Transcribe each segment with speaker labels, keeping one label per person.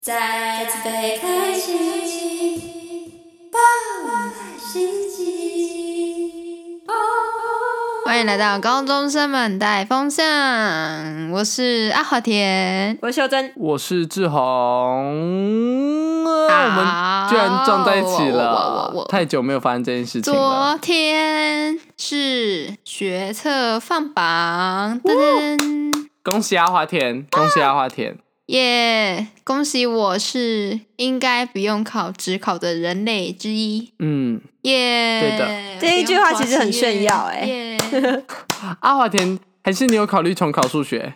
Speaker 1: 再次被开启，爆满心机。
Speaker 2: 欢迎来到高中生们带风向，我是阿华田。
Speaker 3: 我是秀珍，
Speaker 4: 我是志宏，啊、我们居然撞在一起
Speaker 2: 我我我
Speaker 4: 了
Speaker 2: 我，
Speaker 4: 太久没有发生这件事情了。
Speaker 2: 昨天是学测放榜，噔噔，
Speaker 4: 恭喜阿华
Speaker 2: 啊
Speaker 4: 田，恭喜阿华田，
Speaker 2: 耶！恭喜我是应该不用考只考的人类之一，
Speaker 4: 嗯，
Speaker 2: 耶！
Speaker 4: 对的
Speaker 3: 这一句话其实很炫耀
Speaker 2: 哎、
Speaker 3: 欸
Speaker 2: 耶
Speaker 4: 阿华田，还是你有考虑重考数学？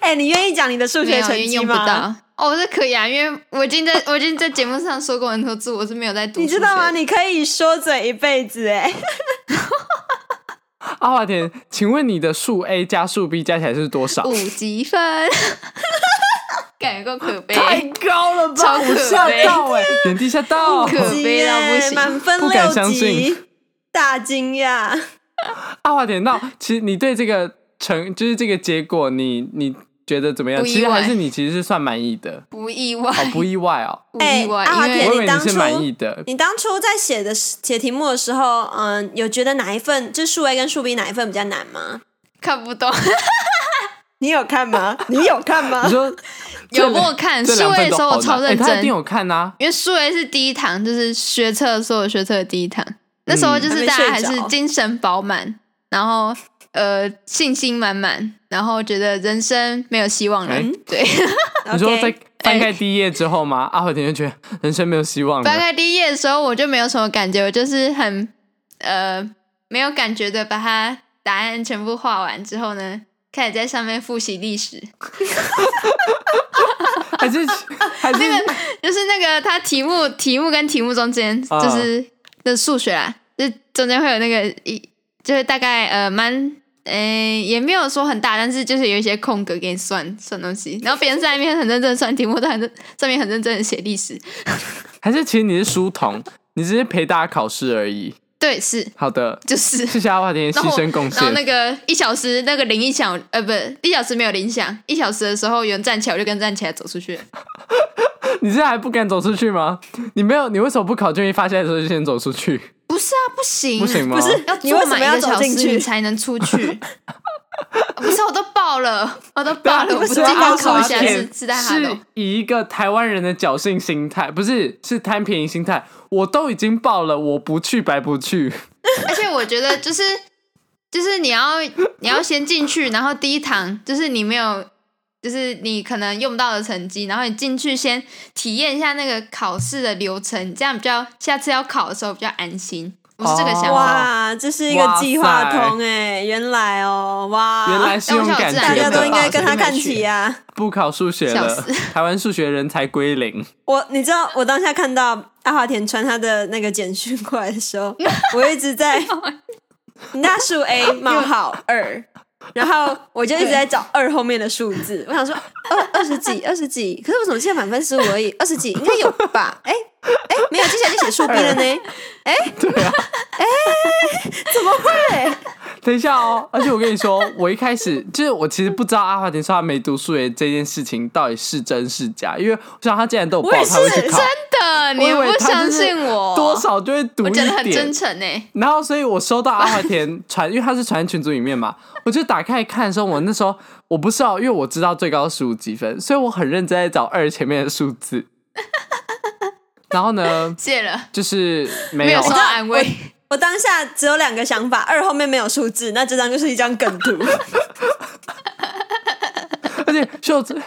Speaker 3: 哎、你愿意讲你的数
Speaker 2: 没
Speaker 3: 学
Speaker 2: 有
Speaker 3: 成
Speaker 2: 因为
Speaker 3: 绩
Speaker 2: 用不
Speaker 3: 吗？
Speaker 2: 到。哦，这可以啊，因为我已经在我已经在节目上说过很多次，我是没有在读
Speaker 3: 你
Speaker 2: 数学
Speaker 3: 知
Speaker 2: 的。
Speaker 3: 道吗？你可以说嘴一辈子哎、
Speaker 4: 阿华田，请问你的数 A 加数 B 加起来是多少？
Speaker 2: 五级 分，感觉够可悲，
Speaker 4: 高了
Speaker 2: 超可
Speaker 4: 我吓
Speaker 2: 悲
Speaker 4: 到哎，原地吓到。
Speaker 2: 可悲到不行
Speaker 3: 耶满分
Speaker 4: 不敢
Speaker 3: 六
Speaker 4: 相
Speaker 3: 级
Speaker 4: 信，
Speaker 3: 大惊讶。
Speaker 4: 阿华田，那其实你对这个成，就是这个结果，你你觉得怎么样？
Speaker 2: 不意
Speaker 4: 其实还
Speaker 2: 外哎
Speaker 4: 是你其实是算满意的，
Speaker 2: 不意外，
Speaker 4: 好不意外哦。
Speaker 2: 不意
Speaker 3: 哎
Speaker 2: 外，
Speaker 3: 阿华
Speaker 2: 因
Speaker 3: 田
Speaker 4: 我
Speaker 2: 为
Speaker 4: 以为
Speaker 3: 当
Speaker 4: 你是
Speaker 3: 初
Speaker 4: 满意的，
Speaker 3: 你当初在写的时写题目的时候，嗯，有觉得哪一份，就数 A 跟数 B 哪一份比较难吗？
Speaker 2: 看不懂。
Speaker 3: 你有看吗？你有看吗
Speaker 4: 你？说
Speaker 2: 有没有看
Speaker 4: 这
Speaker 2: 数
Speaker 4: 两
Speaker 2: 位
Speaker 4: 份
Speaker 2: 的
Speaker 4: 都
Speaker 2: 时候
Speaker 4: 好
Speaker 2: 我超
Speaker 4: 难
Speaker 2: 认
Speaker 4: 欸他
Speaker 2: 真，
Speaker 4: 一定有看呐、
Speaker 2: 因为数位是第一堂，就是学测所有学测的第一堂，那时候就是大家还是精神饱满，然后呃信心满满，然后觉得人生没有希望了，
Speaker 4: 哎
Speaker 2: 对。
Speaker 4: 你说
Speaker 3: OK
Speaker 4: 在翻开第一页之后吗？阿华田就觉得人生没有希望
Speaker 2: 哎翻
Speaker 4: 了。
Speaker 2: 开第一页的时候，我就没有什么感觉，我就是很呃没有感觉的把它答案全部画完之后呢，开始在上面复习历史。
Speaker 4: 还是还是
Speaker 2: 就是那个它题目题目跟题目中间
Speaker 4: 啊
Speaker 2: 就是的数学啦，就中间会有那个一就是大概呃蛮诶、也没有说很大，但是就是有一些空格给你算算东西，然后别人在那边很认真地算题目，但很上面很认真的写历史。
Speaker 4: 还是，其实你是书童，你只是陪大家考试而已。
Speaker 2: 对，是
Speaker 4: 好的，
Speaker 2: 就是。
Speaker 4: 谢谢阿华田
Speaker 2: 然
Speaker 4: 牺
Speaker 2: 后
Speaker 4: 牲贡
Speaker 2: 然后那
Speaker 4: 献。
Speaker 2: 个一小时那个铃一响，呃，不，一小时没有铃响，一小时的时候有人站起来，我就跟站起来走出去了。
Speaker 4: 你现在还不敢走出去吗？你没有，你为什么不考卷一发下来的时候就先走出去？
Speaker 2: 不是啊，不行，
Speaker 4: 不行吗？
Speaker 3: 不是
Speaker 2: 要
Speaker 3: 你为
Speaker 2: 坐
Speaker 3: 什
Speaker 2: 满
Speaker 3: 么
Speaker 2: 一
Speaker 3: 要
Speaker 2: 个
Speaker 3: 走
Speaker 2: 小时
Speaker 3: 进去
Speaker 2: 你才能 出去。不是，我都报了，我都报了，
Speaker 4: 对
Speaker 2: 我
Speaker 4: 啊
Speaker 2: 不
Speaker 4: 不
Speaker 2: 是
Speaker 4: 是
Speaker 2: 今
Speaker 4: 啊
Speaker 2: 天考
Speaker 4: 阿
Speaker 2: 一
Speaker 4: 华
Speaker 2: 下是
Speaker 4: 田
Speaker 2: 是在哈喽
Speaker 4: 是，以一个台湾人的侥幸心态，不是是贪便宜心态。我都已经报了，我不去白不去。
Speaker 2: 而且我觉得就是就是你要你要先进去，然后第一堂就是你没有。就是你可能用不到的成绩，然后你进去先体验一下那个考试的流程，这样比较下次要考的时候比较安心。我是这个想
Speaker 4: 哦
Speaker 2: 法，
Speaker 3: 哇，这是一个计划通哎、原来哦，哇，
Speaker 4: 原来是
Speaker 2: 但我
Speaker 4: 用
Speaker 2: 想我
Speaker 4: 感
Speaker 2: 自
Speaker 4: 觉
Speaker 3: 大
Speaker 2: 然就
Speaker 3: 家
Speaker 2: 没有
Speaker 3: 都应该
Speaker 2: 报
Speaker 3: 跟
Speaker 2: 所以
Speaker 3: 他
Speaker 2: 就没
Speaker 3: 看
Speaker 2: 去
Speaker 3: 齐啊。
Speaker 4: 不考数学
Speaker 2: 笑
Speaker 4: 了
Speaker 2: 死，
Speaker 4: 台湾数学人才归零。
Speaker 3: 我你知道，我当下看到阿华田传他的那个简讯过来的时 候，我一直 在那数 A 冒号二， 然后我就一直在找二后面的数字。我想说二二十几二十几，可是我怎么记得满分十五而已，二十几应该有吧？哎哎，没有，接下来就写数 B 了呢。
Speaker 4: 对啊，哎、怎么会？等一下哦，而且我跟你说，我一开始就是我其实不知道阿华田说他没读数学这件事情到底是真是假，因为我想他既然都有报，
Speaker 3: 我也
Speaker 4: 他会
Speaker 3: 是
Speaker 4: 去考，
Speaker 2: 真的，
Speaker 4: 我
Speaker 2: 你
Speaker 4: 以为
Speaker 2: 不
Speaker 4: 他
Speaker 2: 相
Speaker 4: 就是
Speaker 2: 信我？
Speaker 4: 多少就会读
Speaker 2: 我
Speaker 4: 一
Speaker 2: 讲的很真
Speaker 4: 点。
Speaker 2: 诚欸呢。
Speaker 4: 然后，所以我收到阿华田传，因为他是传群组里面嘛， 我就打开看的时候，我那时候我不知道，因为我知道最高十五积分，所以我很认真在找二前面的数字。然后呢，
Speaker 2: 谢了，
Speaker 4: 就是没
Speaker 2: 没有
Speaker 4: 有
Speaker 2: 受到安慰。
Speaker 3: 我当下只有两个想法，二后面没有数字，那这张就是一张梗图。
Speaker 4: 而且秀珍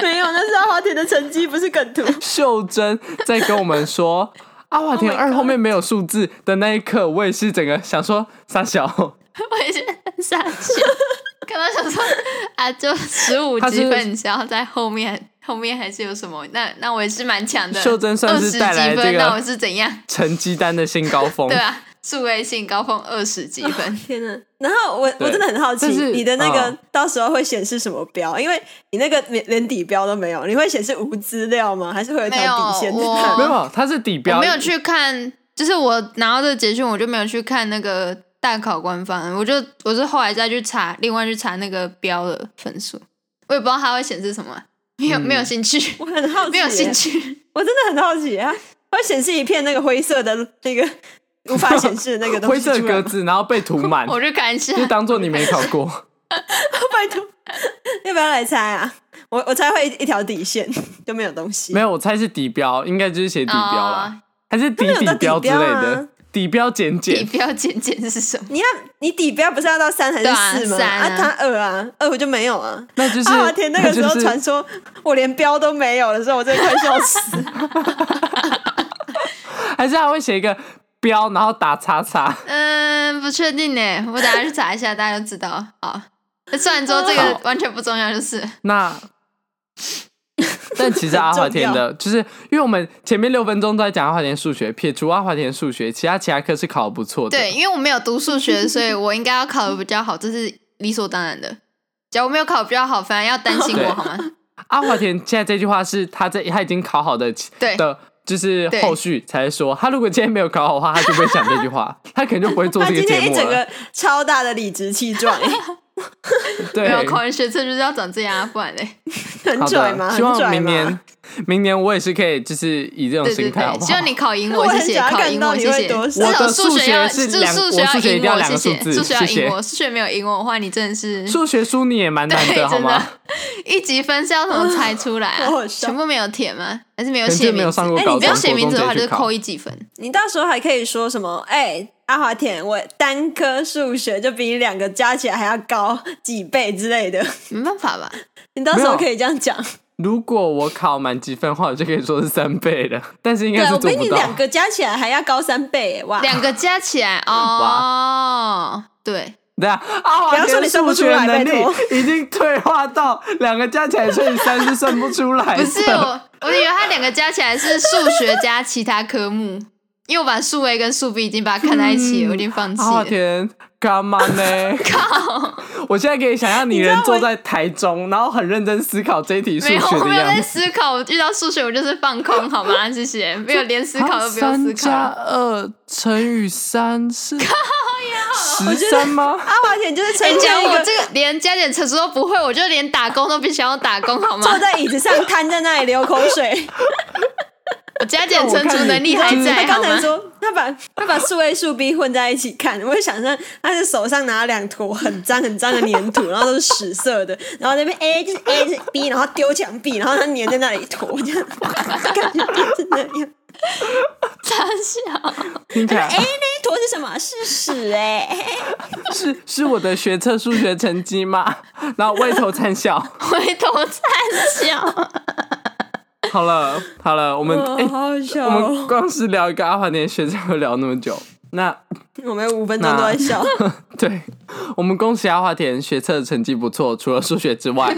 Speaker 3: 没有，那是阿华田的成绩，不是梗图。
Speaker 4: 秀珍在跟我们 说阿华田
Speaker 2: Oh my
Speaker 4: 二
Speaker 2: God
Speaker 4: 后面没有数字的那一刻，我也是整个想说傻小，
Speaker 2: 我也是很傻 笑，看到想说啊，就十五
Speaker 4: 他是
Speaker 2: 积分，你只要在后面，后面还是有什么？那那我也是蛮强的，
Speaker 4: 秀珍算是带来
Speaker 2: 20积
Speaker 4: 这
Speaker 2: 分，
Speaker 4: 个
Speaker 2: 那我是怎样？
Speaker 4: 成绩单的新高峰
Speaker 2: 对。啊，数位性高峰二十积 分，
Speaker 3: 天呐！然后我我
Speaker 4: 对
Speaker 3: 真的很好奇
Speaker 4: 但是，
Speaker 3: 你的那个
Speaker 4: 嗯
Speaker 3: 到时候会显示什么标？因为你那个连连底标都没有，你会显示无资料吗？还是会有一条底线？
Speaker 2: 没有我
Speaker 4: 没有，啊它是底
Speaker 2: 我
Speaker 4: 标，
Speaker 2: 没有去看，就是我拿到这个简讯，我就没有去看那个大考官方，我就我是后来再去查，另外去查那个标的分数，我也不知道它会显示什么啊。没
Speaker 4: 嗯
Speaker 2: 有没有兴趣，
Speaker 3: 我很好奇，
Speaker 2: 没有兴，趣，
Speaker 3: 我真的很好奇啊！它会显示一片那个灰色的那个无法显示的那个东
Speaker 4: 灰
Speaker 3: 西
Speaker 4: 色
Speaker 3: 出来
Speaker 4: 格
Speaker 3: 吗，
Speaker 4: 子，然后被涂满，
Speaker 2: 我就看一下。
Speaker 4: 就当做你没考过。
Speaker 3: 拜托，要不要来猜啊？我我猜会一一条底线就没有东西，
Speaker 4: 没
Speaker 3: 有
Speaker 4: 有，我猜是底标，应该就是写底标啦，还是底
Speaker 3: 那哦有到
Speaker 4: 标之类
Speaker 3: 底标
Speaker 4: 的
Speaker 3: 啊，
Speaker 4: 底标简
Speaker 2: 底
Speaker 4: 简。
Speaker 2: 标简简是什么？
Speaker 3: 你要你底标不是要到三还
Speaker 2: 对
Speaker 3: 是
Speaker 2: 啊
Speaker 3: 四吗？
Speaker 2: 三啊
Speaker 3: 它二啊，二我就没有啊。
Speaker 4: 那就是
Speaker 3: 阿华田那个时候
Speaker 4: 就是
Speaker 3: 传说我连标都没有的时候，我真的快笑死。
Speaker 4: 还是他会写一个标，然后打叉叉。
Speaker 2: 嗯，不确定呢，我等下去查一下，大家就知道了。好，虽然说这个
Speaker 4: 好
Speaker 2: 完全不重要，就是了
Speaker 4: 那，但其实阿华田的，就是因为我们前面六分钟都在讲阿华田数学，撇除阿华田数学，其他其他科是考的不错的。
Speaker 2: 对，因为我没有读数学，所以我应该要考的比较好，这是理所当然的。假如没有考比较好，反而要担心
Speaker 4: 对
Speaker 2: 我好吗？
Speaker 4: 阿华田现在这句话是他在他已经考好的其
Speaker 2: 对
Speaker 4: 的，就是
Speaker 2: 对
Speaker 4: 后续才说。他如果今天没有考好的话，他就不会讲这 句话，他可能就不会做
Speaker 3: 他
Speaker 4: 这个
Speaker 3: 今
Speaker 4: 节
Speaker 3: 天一
Speaker 4: 目
Speaker 3: 整
Speaker 4: 了。
Speaker 3: 个超大的理直气 壮，欸
Speaker 4: 对
Speaker 2: 没，有考完学测就是要长这样啊，不然嘞，
Speaker 3: 很
Speaker 4: 好
Speaker 3: 拽吗？
Speaker 4: 的，希望
Speaker 3: 很拽
Speaker 4: 明
Speaker 3: 吗
Speaker 4: 年明年我也是可以，就是以这种
Speaker 2: 对
Speaker 4: 心
Speaker 2: 对
Speaker 4: 态，好
Speaker 2: 对，
Speaker 4: 不
Speaker 2: 希
Speaker 4: 好
Speaker 2: 望？你考赢
Speaker 3: 我
Speaker 2: 我，
Speaker 3: 很
Speaker 2: 谢谢，
Speaker 3: 想要
Speaker 2: 考
Speaker 3: 看
Speaker 2: 赢
Speaker 3: 到
Speaker 2: 我，
Speaker 3: 你
Speaker 2: 谢
Speaker 3: 会
Speaker 2: 谢。
Speaker 3: 多
Speaker 2: 至
Speaker 3: 少
Speaker 2: 少
Speaker 4: 我的数
Speaker 2: 学要，
Speaker 4: 学是
Speaker 2: 至
Speaker 4: 两
Speaker 2: 数
Speaker 4: 我数学
Speaker 2: 要
Speaker 4: 一定
Speaker 2: 赢
Speaker 4: 要
Speaker 2: 我，谢
Speaker 4: 两个
Speaker 2: 谢，
Speaker 4: 数字
Speaker 2: 数学要
Speaker 4: 谢谢
Speaker 2: 赢我，数学没有赢我的话，你真的是
Speaker 4: 数学书你也蛮难
Speaker 2: 对，
Speaker 4: 的，好
Speaker 2: 真
Speaker 4: 吗？
Speaker 2: 的， 一级分是要怎么猜出来 啊
Speaker 3: 好好？笑
Speaker 2: 全部没有填吗？还是没有
Speaker 4: 可能
Speaker 2: 写
Speaker 4: 就没
Speaker 2: 名
Speaker 4: 有
Speaker 2: 字
Speaker 4: 上？过
Speaker 3: 哎你
Speaker 4: 高中，
Speaker 2: 没有写名字的话，
Speaker 4: 国中直
Speaker 2: 就是
Speaker 4: 接去考
Speaker 2: 扣一几分。
Speaker 3: 你到时候还可以说什么？哎、阿华田，我单科数学就比你两个加起来还要高几倍之类的。
Speaker 2: 没办法吧？
Speaker 3: 你到时
Speaker 4: 没
Speaker 3: 候
Speaker 4: 有
Speaker 3: 可以这样讲。
Speaker 4: 如果我考满积分的话，我就可以说是三倍了，但是应
Speaker 3: 对
Speaker 4: 该，是
Speaker 3: 我
Speaker 4: 做
Speaker 3: 比
Speaker 4: 不
Speaker 3: 你
Speaker 4: 到。
Speaker 3: 两个加起来还要高三倍耶，哇！
Speaker 2: 两个加起 来哦，对，
Speaker 4: 对啊，阿华
Speaker 3: 不要说你
Speaker 4: 田
Speaker 3: 算
Speaker 4: 数
Speaker 3: 不出
Speaker 4: 学
Speaker 3: 来
Speaker 4: 能
Speaker 3: 拜
Speaker 4: 力
Speaker 3: 托
Speaker 4: 已经退化到两个加起来除以三是算不出来的。
Speaker 2: 不是我，我以为它两个加起来是数学加其他科目，因为我把数 A 跟数 B 已经把它看在一
Speaker 4: 嗯
Speaker 2: 起了，我已经放弃
Speaker 4: 阿华
Speaker 2: 了。
Speaker 4: 田干嘛 呢？
Speaker 2: 靠，
Speaker 4: 我现在可以想象你人坐在台中，然后很认真思考这一题数
Speaker 2: 没有，
Speaker 4: 学
Speaker 2: 我
Speaker 4: 的
Speaker 2: 没有在
Speaker 4: 样子。
Speaker 2: 思考，我遇到数学我就是放空，好吗？谢谢，没有连思考都不用思
Speaker 4: 三
Speaker 2: 考
Speaker 4: 加
Speaker 2: 了。
Speaker 4: 二乘以三是十三吗？
Speaker 3: 阿华田就是呈
Speaker 2: 哎你
Speaker 3: 现
Speaker 2: 讲
Speaker 3: 一
Speaker 2: 我
Speaker 3: 个
Speaker 2: 这个连加减乘除都不会，我就连打工都不想要打工，好吗
Speaker 3: 坐？在椅子上瘫在那里流口水。
Speaker 2: 我加减乘除能 力还
Speaker 4: 哎
Speaker 2: 在，
Speaker 3: 他刚
Speaker 2: 好
Speaker 3: 才
Speaker 2: 吗？
Speaker 3: 说他把他把数 A 数 B 混在一起看， 我就想象他是手上拿了两坨很脏很脏的粘土，然后都是屎色的， 然后那边 A 就是 A 就是 B，然后丢墙壁，然后他粘在那里一坨，这样 感觉就是那样。
Speaker 2: 傻笑，
Speaker 4: 听起来
Speaker 3: 哎、那一坨是什么？是屎
Speaker 2: 欸
Speaker 3: 哎、
Speaker 4: 是是我的学测数学成绩吗？然后歪头惨笑。
Speaker 2: 回头惨 笑。
Speaker 4: 好了好了，我们哎、
Speaker 3: 哦好好笑
Speaker 4: 我们！光是聊一个阿华田学长会聊那么久，那
Speaker 3: 我们有五分钟都在笑，
Speaker 4: 对我们恭喜阿华田学测成绩不错，除了数学 之外，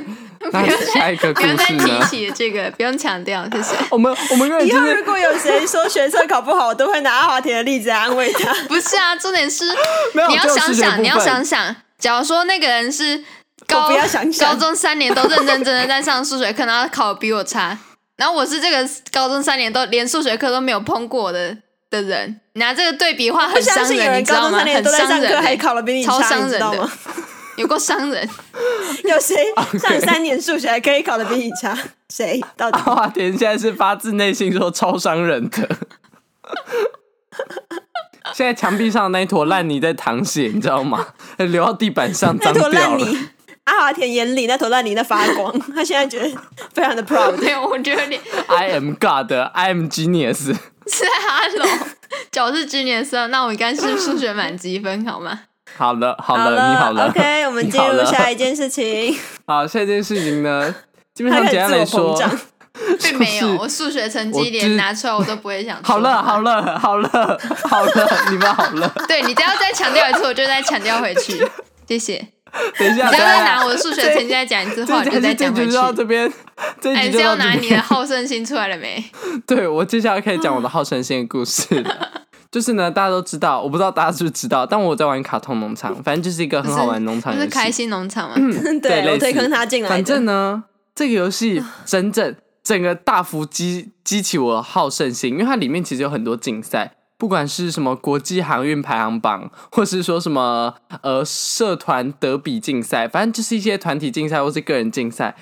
Speaker 4: 那下一个故
Speaker 2: 不用再
Speaker 4: 事
Speaker 2: 提
Speaker 4: 呢？
Speaker 2: 起这个，不用强调，谢谢。
Speaker 4: 我们我们 根本
Speaker 3: 以
Speaker 4: 就
Speaker 3: 后
Speaker 4: 是
Speaker 3: 如果有谁说学测考不好，我都会拿阿华田的例子来安慰他。
Speaker 2: 不是啊，重点是
Speaker 4: 没有
Speaker 2: 你要
Speaker 4: 只有
Speaker 2: 想
Speaker 4: 视觉部
Speaker 2: 想，
Speaker 4: 分
Speaker 2: 你要想想，假如说那个人是
Speaker 3: 我
Speaker 2: 高
Speaker 3: 不要想想
Speaker 2: 高中三年都认认真真的在上数学课，然后他考得比我差，然后我是这个高中三年都连数学课都没有碰过的的人，拿这个对比的话
Speaker 3: 不
Speaker 2: 很
Speaker 3: 相
Speaker 2: 伤
Speaker 3: 信有
Speaker 2: 人，
Speaker 3: 人
Speaker 2: 你知
Speaker 3: 高
Speaker 2: 道
Speaker 3: 中
Speaker 2: 吗？
Speaker 3: 三年
Speaker 2: 很
Speaker 3: 都在
Speaker 2: 伤
Speaker 3: 上课
Speaker 2: 人，欸
Speaker 3: 还考了比你
Speaker 2: 超
Speaker 3: 差，
Speaker 2: 伤
Speaker 3: 你知
Speaker 2: 人
Speaker 3: 道
Speaker 2: 的
Speaker 3: 吗？，
Speaker 2: 有够伤人。
Speaker 3: 有谁
Speaker 4: 啊
Speaker 3: 上三年数学还可以考的比你差？谁？到底
Speaker 4: 阿华田现在是发自内心说超伤人的。 现在墙壁上那一坨烂泥在淌血，你知道吗？流到地板上，
Speaker 3: 那
Speaker 4: 脏
Speaker 3: 坨
Speaker 4: 掉
Speaker 3: 烂
Speaker 4: 了。
Speaker 3: 泥，阿华田眼里那坨烂泥在发光，他现在觉得非常的 proud。
Speaker 2: 没有，我觉得你
Speaker 4: I am God, I am genius。
Speaker 2: 是 hello，脚是今年生，那我应该是数学满积分好 吗？
Speaker 4: 好了，好
Speaker 3: 好
Speaker 4: 了，你好了。
Speaker 3: ，OK，我们
Speaker 4: 你
Speaker 3: 进
Speaker 4: 好
Speaker 3: 入
Speaker 4: 了
Speaker 3: 下一件事情。
Speaker 4: 好，下一件事情呢，基本
Speaker 3: 他
Speaker 4: 上
Speaker 3: 开
Speaker 4: 简
Speaker 3: 始
Speaker 4: 单
Speaker 3: 自
Speaker 4: 来
Speaker 3: 我
Speaker 4: 说
Speaker 3: 膨，胀，
Speaker 2: 并没有，
Speaker 4: 就是
Speaker 2: 我数学成
Speaker 4: 我
Speaker 2: 绩
Speaker 4: 知
Speaker 2: 连拿出来我都不会想说。
Speaker 4: 好了，好了，好了，好了，你们好了。
Speaker 2: 对你只要再强调一次，我就再强调回去。谢谢。
Speaker 4: 等一下，
Speaker 2: 你只要再拿
Speaker 4: 等
Speaker 2: 我
Speaker 4: 一
Speaker 2: 的
Speaker 4: 下
Speaker 2: 数学成绩再讲一次话，我就
Speaker 4: 这这
Speaker 2: 再
Speaker 4: 这这
Speaker 2: 讲
Speaker 4: 局
Speaker 2: 回
Speaker 4: 就
Speaker 2: 去。
Speaker 4: 到这 边，这
Speaker 2: 哎，
Speaker 4: 一
Speaker 2: 你是
Speaker 4: 局就
Speaker 2: 要
Speaker 4: 到这
Speaker 2: 拿
Speaker 4: 边。
Speaker 2: 你的好胜心出来了没？
Speaker 4: 对，我接下来开始讲我的好胜心的 故事了。就是呢，大家都知道，我不知道大家知不知道，但我在玩卡通农场，反正就是一嗯个很好玩的农场
Speaker 2: 就
Speaker 4: 游
Speaker 2: 是
Speaker 4: 戏。
Speaker 2: 开心农场嘛。
Speaker 4: 对
Speaker 3: 对
Speaker 4: 类
Speaker 3: 我
Speaker 4: 似
Speaker 3: 推坑他进来的。
Speaker 4: 反正呢，这个 游戏真正整个大幅激激起我的好胜心，因为它里面其实有很多竞赛，不管是什么国际航运排行榜，或是说什么呃社团德比竞赛，反正就是一些团体竞赛或是个人竞赛。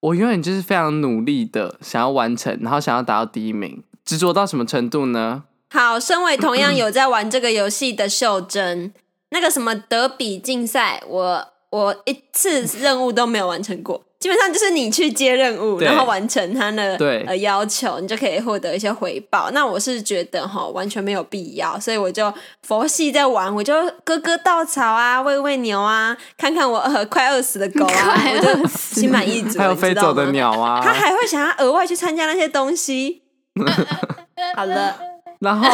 Speaker 4: 我永远就是非常努力的想要完成，然后想要达到第一名，执着到什么程度呢？
Speaker 3: 好，身为同 样有在玩这个游戏的秀珍，那个什么德比竞赛，我我一次任务都没有完成过。基本上就是你去接任务，
Speaker 4: 对
Speaker 3: 然后完成他的
Speaker 4: 对
Speaker 3: 呃要求，你就可以获得一些回报。那我是觉得哈，完全没有必要，所以我就佛系在玩，我就割割稻草啊，喂喂牛啊，看看我 呃快饿死的狗 啊，
Speaker 2: 快
Speaker 3: 我就心满意足了。
Speaker 4: 还有
Speaker 3: 你知
Speaker 4: 飞
Speaker 3: 道
Speaker 4: 走的
Speaker 3: 吗
Speaker 4: 鸟 啊，
Speaker 3: 他还会想要额外去参加那些东 西。 好了
Speaker 4: 然后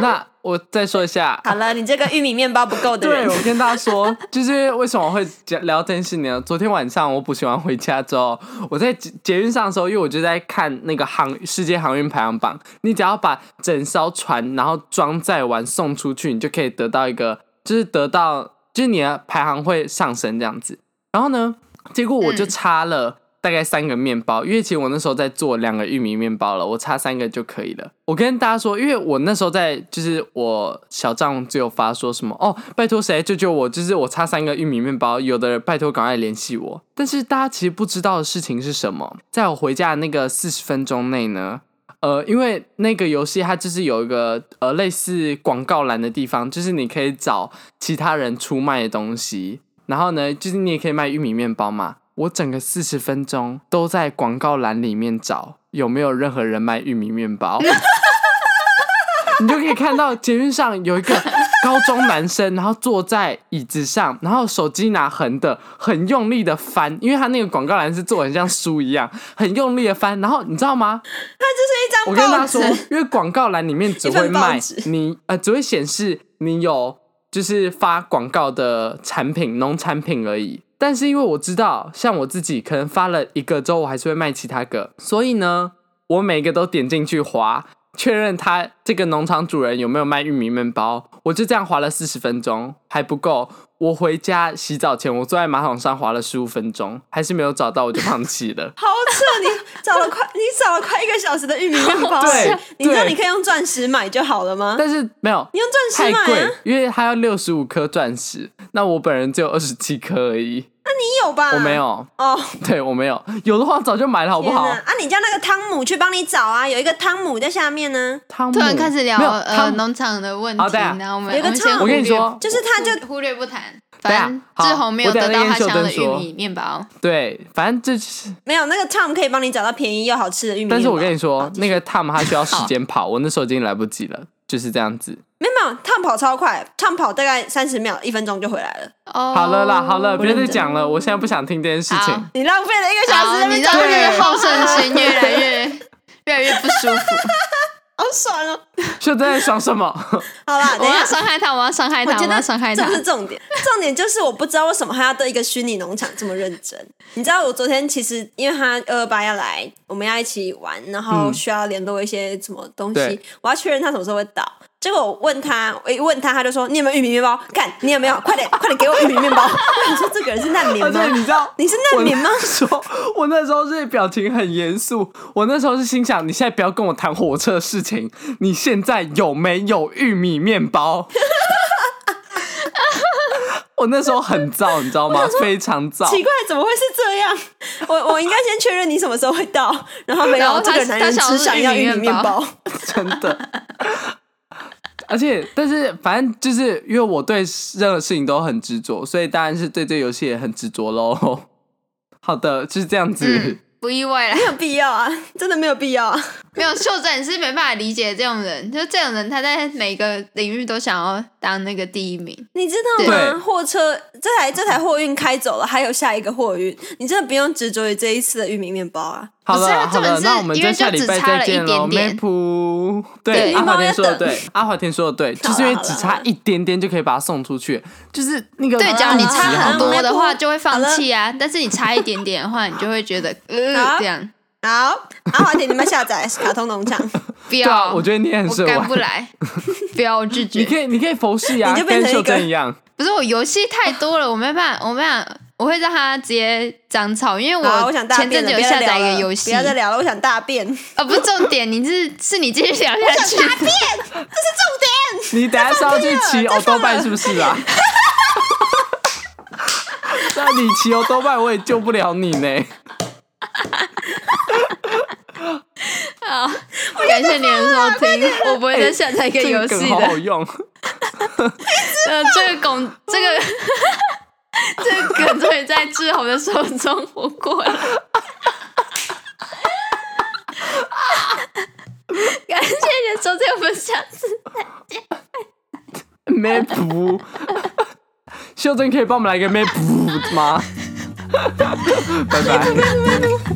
Speaker 4: 那我再说一 下，
Speaker 3: 好了，你这个玉米面包不够的
Speaker 4: 对
Speaker 3: 人
Speaker 4: 我，跟大家说，就是为什么会讲聊这件事呢？昨天晚上我补习完回家之后，我在捷捷运上的时候，因为我就在看那个航世界航运排行榜，你只要把整艘船然后装载完送出去，你就可以得到一个，就是得到就是你的排行会上升这样子。然后呢，结果我就
Speaker 2: 嗯
Speaker 4: 差了大概三个面包，因为其实我那时候在做两个玉米面包了，我差三个就可以了。我跟大家说，因为我那时候在就是我小账只有发说什么哦，拜托谁来救救我，就是我差三个玉米面包，有的人拜托赶快联系我。但是大家其实不知道的事情是什么，在我回家的那个四十分钟内呢，呃，因为那个游戏它就是有一个呃类似广告栏的地方，就是你可以找其他人出卖的东西，然后呢，就是你也可以卖玉米面包嘛。我整个四十分钟都在广告栏里面找有没有任何人卖玉米面包， 你就可以看到捷运上有一个高中男生，然后坐在椅子上，然后手机拿横的，很用力的翻，因为他那个广告栏是做得很像书一样，很用力的翻，然后你知道吗？
Speaker 3: 这是一
Speaker 4: 我跟
Speaker 3: 张报
Speaker 4: 大家
Speaker 3: 纸
Speaker 4: 说。，因为广告栏里面只
Speaker 3: 一
Speaker 4: 会
Speaker 3: 份报
Speaker 4: 卖
Speaker 3: 纸
Speaker 4: 你呃，只会显示你有就是发广告的产品、农产品而已。但是因为我知道，像我自己可能发了一个之后，我还是会卖其他个，所以呢，我每个都点进去划，确认他这个农场主人有没有卖玉米面包。我就这样划了四十分钟，还不够。我回家洗澡前，我坐在马桶上划了十五分钟，还是没有找到，我就放弃 了。
Speaker 3: 好扯！你找了快，你找了快一个小时的玉米面包，
Speaker 4: 对
Speaker 3: 你知道
Speaker 4: 对
Speaker 3: 你可以用钻石买就好了吗？
Speaker 4: 但是没有，
Speaker 3: 你用钻
Speaker 4: 太
Speaker 3: 石买啊
Speaker 4: 贵？，因为它要六十五颗钻石，那我本人只有二十七颗而已，
Speaker 3: 你有
Speaker 2: 嗯
Speaker 3: 吧？
Speaker 4: 我没有，
Speaker 3: 哦，
Speaker 4: 对我没有，有的话早就买了，好不
Speaker 3: 天
Speaker 4: 好
Speaker 3: 哪！？啊，你叫那个汤姆去帮你找啊，有一个汤姆在下面呢，
Speaker 4: 汤姆
Speaker 2: 突然开始聊
Speaker 4: 嗯没有
Speaker 2: 呃
Speaker 4: 汤姆
Speaker 2: 农场的问
Speaker 4: 好
Speaker 2: 题，
Speaker 4: 等一下
Speaker 2: 然后我们
Speaker 3: 有一个
Speaker 2: 我们先
Speaker 3: 唱
Speaker 4: 我跟你
Speaker 2: 忽略
Speaker 4: 说
Speaker 3: 就是他就
Speaker 2: 忽忽略不谈。
Speaker 4: 等一下
Speaker 2: 反正
Speaker 4: 好
Speaker 2: 志宏没有
Speaker 4: 我等一
Speaker 2: 得
Speaker 4: 下
Speaker 2: 到
Speaker 4: 跟
Speaker 2: 他
Speaker 4: 秀
Speaker 2: 想要的
Speaker 4: 珍
Speaker 2: 玉
Speaker 4: 说
Speaker 2: 米面包，
Speaker 4: 对，反正这就是。
Speaker 3: 没有那个汤姆可以帮你找到便宜又好吃的玉米面包。
Speaker 4: 但是我跟你说，那个汤姆他需要时
Speaker 2: 好
Speaker 4: 间跑，我那时候已经来不及了，就是这样子。
Speaker 3: 没有没有，汤姆跑超快，汤姆跑大概三十秒，一分钟就回来了。
Speaker 2: 哦，
Speaker 4: 好了啦，好了，
Speaker 3: 我
Speaker 4: 别再
Speaker 3: 认真
Speaker 4: 讲了，我现在不想听这件事
Speaker 2: 好
Speaker 4: 情。
Speaker 3: 你浪费了一个小时在
Speaker 4: 啊
Speaker 2: 好，
Speaker 3: 那
Speaker 2: 你
Speaker 3: 边
Speaker 2: 让
Speaker 3: 找
Speaker 2: 这
Speaker 3: 玉米
Speaker 2: 个
Speaker 3: 面包
Speaker 2: 好胜心越来越越来越 不舒 服。
Speaker 3: 好爽哦！
Speaker 4: 秀珍在 想什么？
Speaker 3: 好啦，
Speaker 2: 我
Speaker 3: 等一
Speaker 2: 要
Speaker 3: 下。
Speaker 2: 伤害他，我要伤害
Speaker 3: 我
Speaker 2: 他，
Speaker 3: 觉
Speaker 2: 我
Speaker 3: 得
Speaker 2: 要伤害
Speaker 3: 这
Speaker 2: 他
Speaker 3: 不。是重点，重点就是我不知道为什么他要对一个虚拟农场这么认真。 你知道我昨天其实因为他二二八要来，我们要一起玩，然后
Speaker 4: 嗯
Speaker 3: 需要联络一些什么东西，
Speaker 4: 对
Speaker 3: 我要确认他什么时候会到。结果我问他，我一问他，他就说：“你有没有玉米面包？看你有没 有，快点，快点给我玉米面包！”你说这个人是难民
Speaker 4: 而且
Speaker 3: 吗？
Speaker 4: 你知道，
Speaker 3: 你是难民 吗
Speaker 4: 我那时候，我那时候是表情很严肃，我那时候是心想，你现在不要跟我谈火车的事情，你现在有没有玉米面包？ 我那时候很燥，你知道吗？非常燥。
Speaker 3: 奇怪，怎么会是这样？ 我我应该先确认你什么时候会到，然后没
Speaker 2: 然后
Speaker 3: 有，
Speaker 2: 他
Speaker 3: 这个男人
Speaker 2: 他想
Speaker 3: 只想要玉米面包。
Speaker 4: 真的。而且，但是反正就是因为我对任何事情都很执着，所以当然是对这游戏也很执着喽。 好的，就是这样子。
Speaker 2: 嗯，不意外啦
Speaker 3: 没。有必要啊，真的没有必要啊！
Speaker 2: 没有秀珍你是没办法理解这种人，就这种人他在每个领域都想要当那个第一名。
Speaker 3: 你知道
Speaker 4: 对
Speaker 3: 吗？货车这台这台货运开走了，还有下一个货运，你真的不用执着于这一次的玉米面包啊！
Speaker 4: 好
Speaker 2: 不是
Speaker 4: 了
Speaker 2: 啊
Speaker 4: 好
Speaker 2: 重点
Speaker 4: 了，
Speaker 2: 是
Speaker 4: 那我们在下礼拜再见喽，
Speaker 2: 因为就只差了一点点
Speaker 4: Map。对，
Speaker 2: 对
Speaker 4: 阿华田说的对，阿华田说的对，
Speaker 3: 好
Speaker 4: 就
Speaker 3: 啦
Speaker 4: 是因为只差一点点就可以把它送出去，就是那个啊
Speaker 2: 对，只要你差很多的
Speaker 3: 好
Speaker 2: 话，
Speaker 3: 了
Speaker 2: 就会放弃啊。但是你差一点点的话，你就会觉得呃
Speaker 3: 好
Speaker 2: 这样
Speaker 3: 好，阿华田，你们下载卡通农 场，
Speaker 2: 不
Speaker 4: 对啊，
Speaker 2: 要，
Speaker 4: 我觉得你很适
Speaker 2: 我干不
Speaker 4: 合。
Speaker 2: 来，不要我拒
Speaker 4: 你
Speaker 2: 绝。
Speaker 4: 可以，你可以佛系啊，
Speaker 3: 你就变成
Speaker 4: 跟
Speaker 3: 一
Speaker 4: 秀
Speaker 3: 个
Speaker 4: 珍一样。
Speaker 2: 不是我游戏太多了，我没办法，我没办法，我会让他直接长草，因为
Speaker 3: 好，我想大
Speaker 2: 前
Speaker 3: 便
Speaker 2: 阵
Speaker 3: 了，
Speaker 2: 子有
Speaker 3: 不要再
Speaker 2: 下
Speaker 3: 聊
Speaker 2: 载一个
Speaker 3: 了，
Speaker 2: 游戏
Speaker 3: 不，要再聊了，我想大便。
Speaker 2: 啊，不是重点，你是是你继续聊下去。
Speaker 4: 你等下是要去骑欧多拜是不 是啊？那你骑欧多拜我也救不了你呢。
Speaker 2: 感谢你的收听，我不会再下载一个
Speaker 4: 这
Speaker 2: 游
Speaker 4: 个
Speaker 2: 戏
Speaker 4: 梗好好
Speaker 2: 的。
Speaker 4: 用，
Speaker 2: 呃，这个梗，这个这个梗终于在志宏的手中活过了。 感谢你的收听，我们下次
Speaker 4: 咩 噗。秀珍可以帮我们来个咩噗吗？拜拜。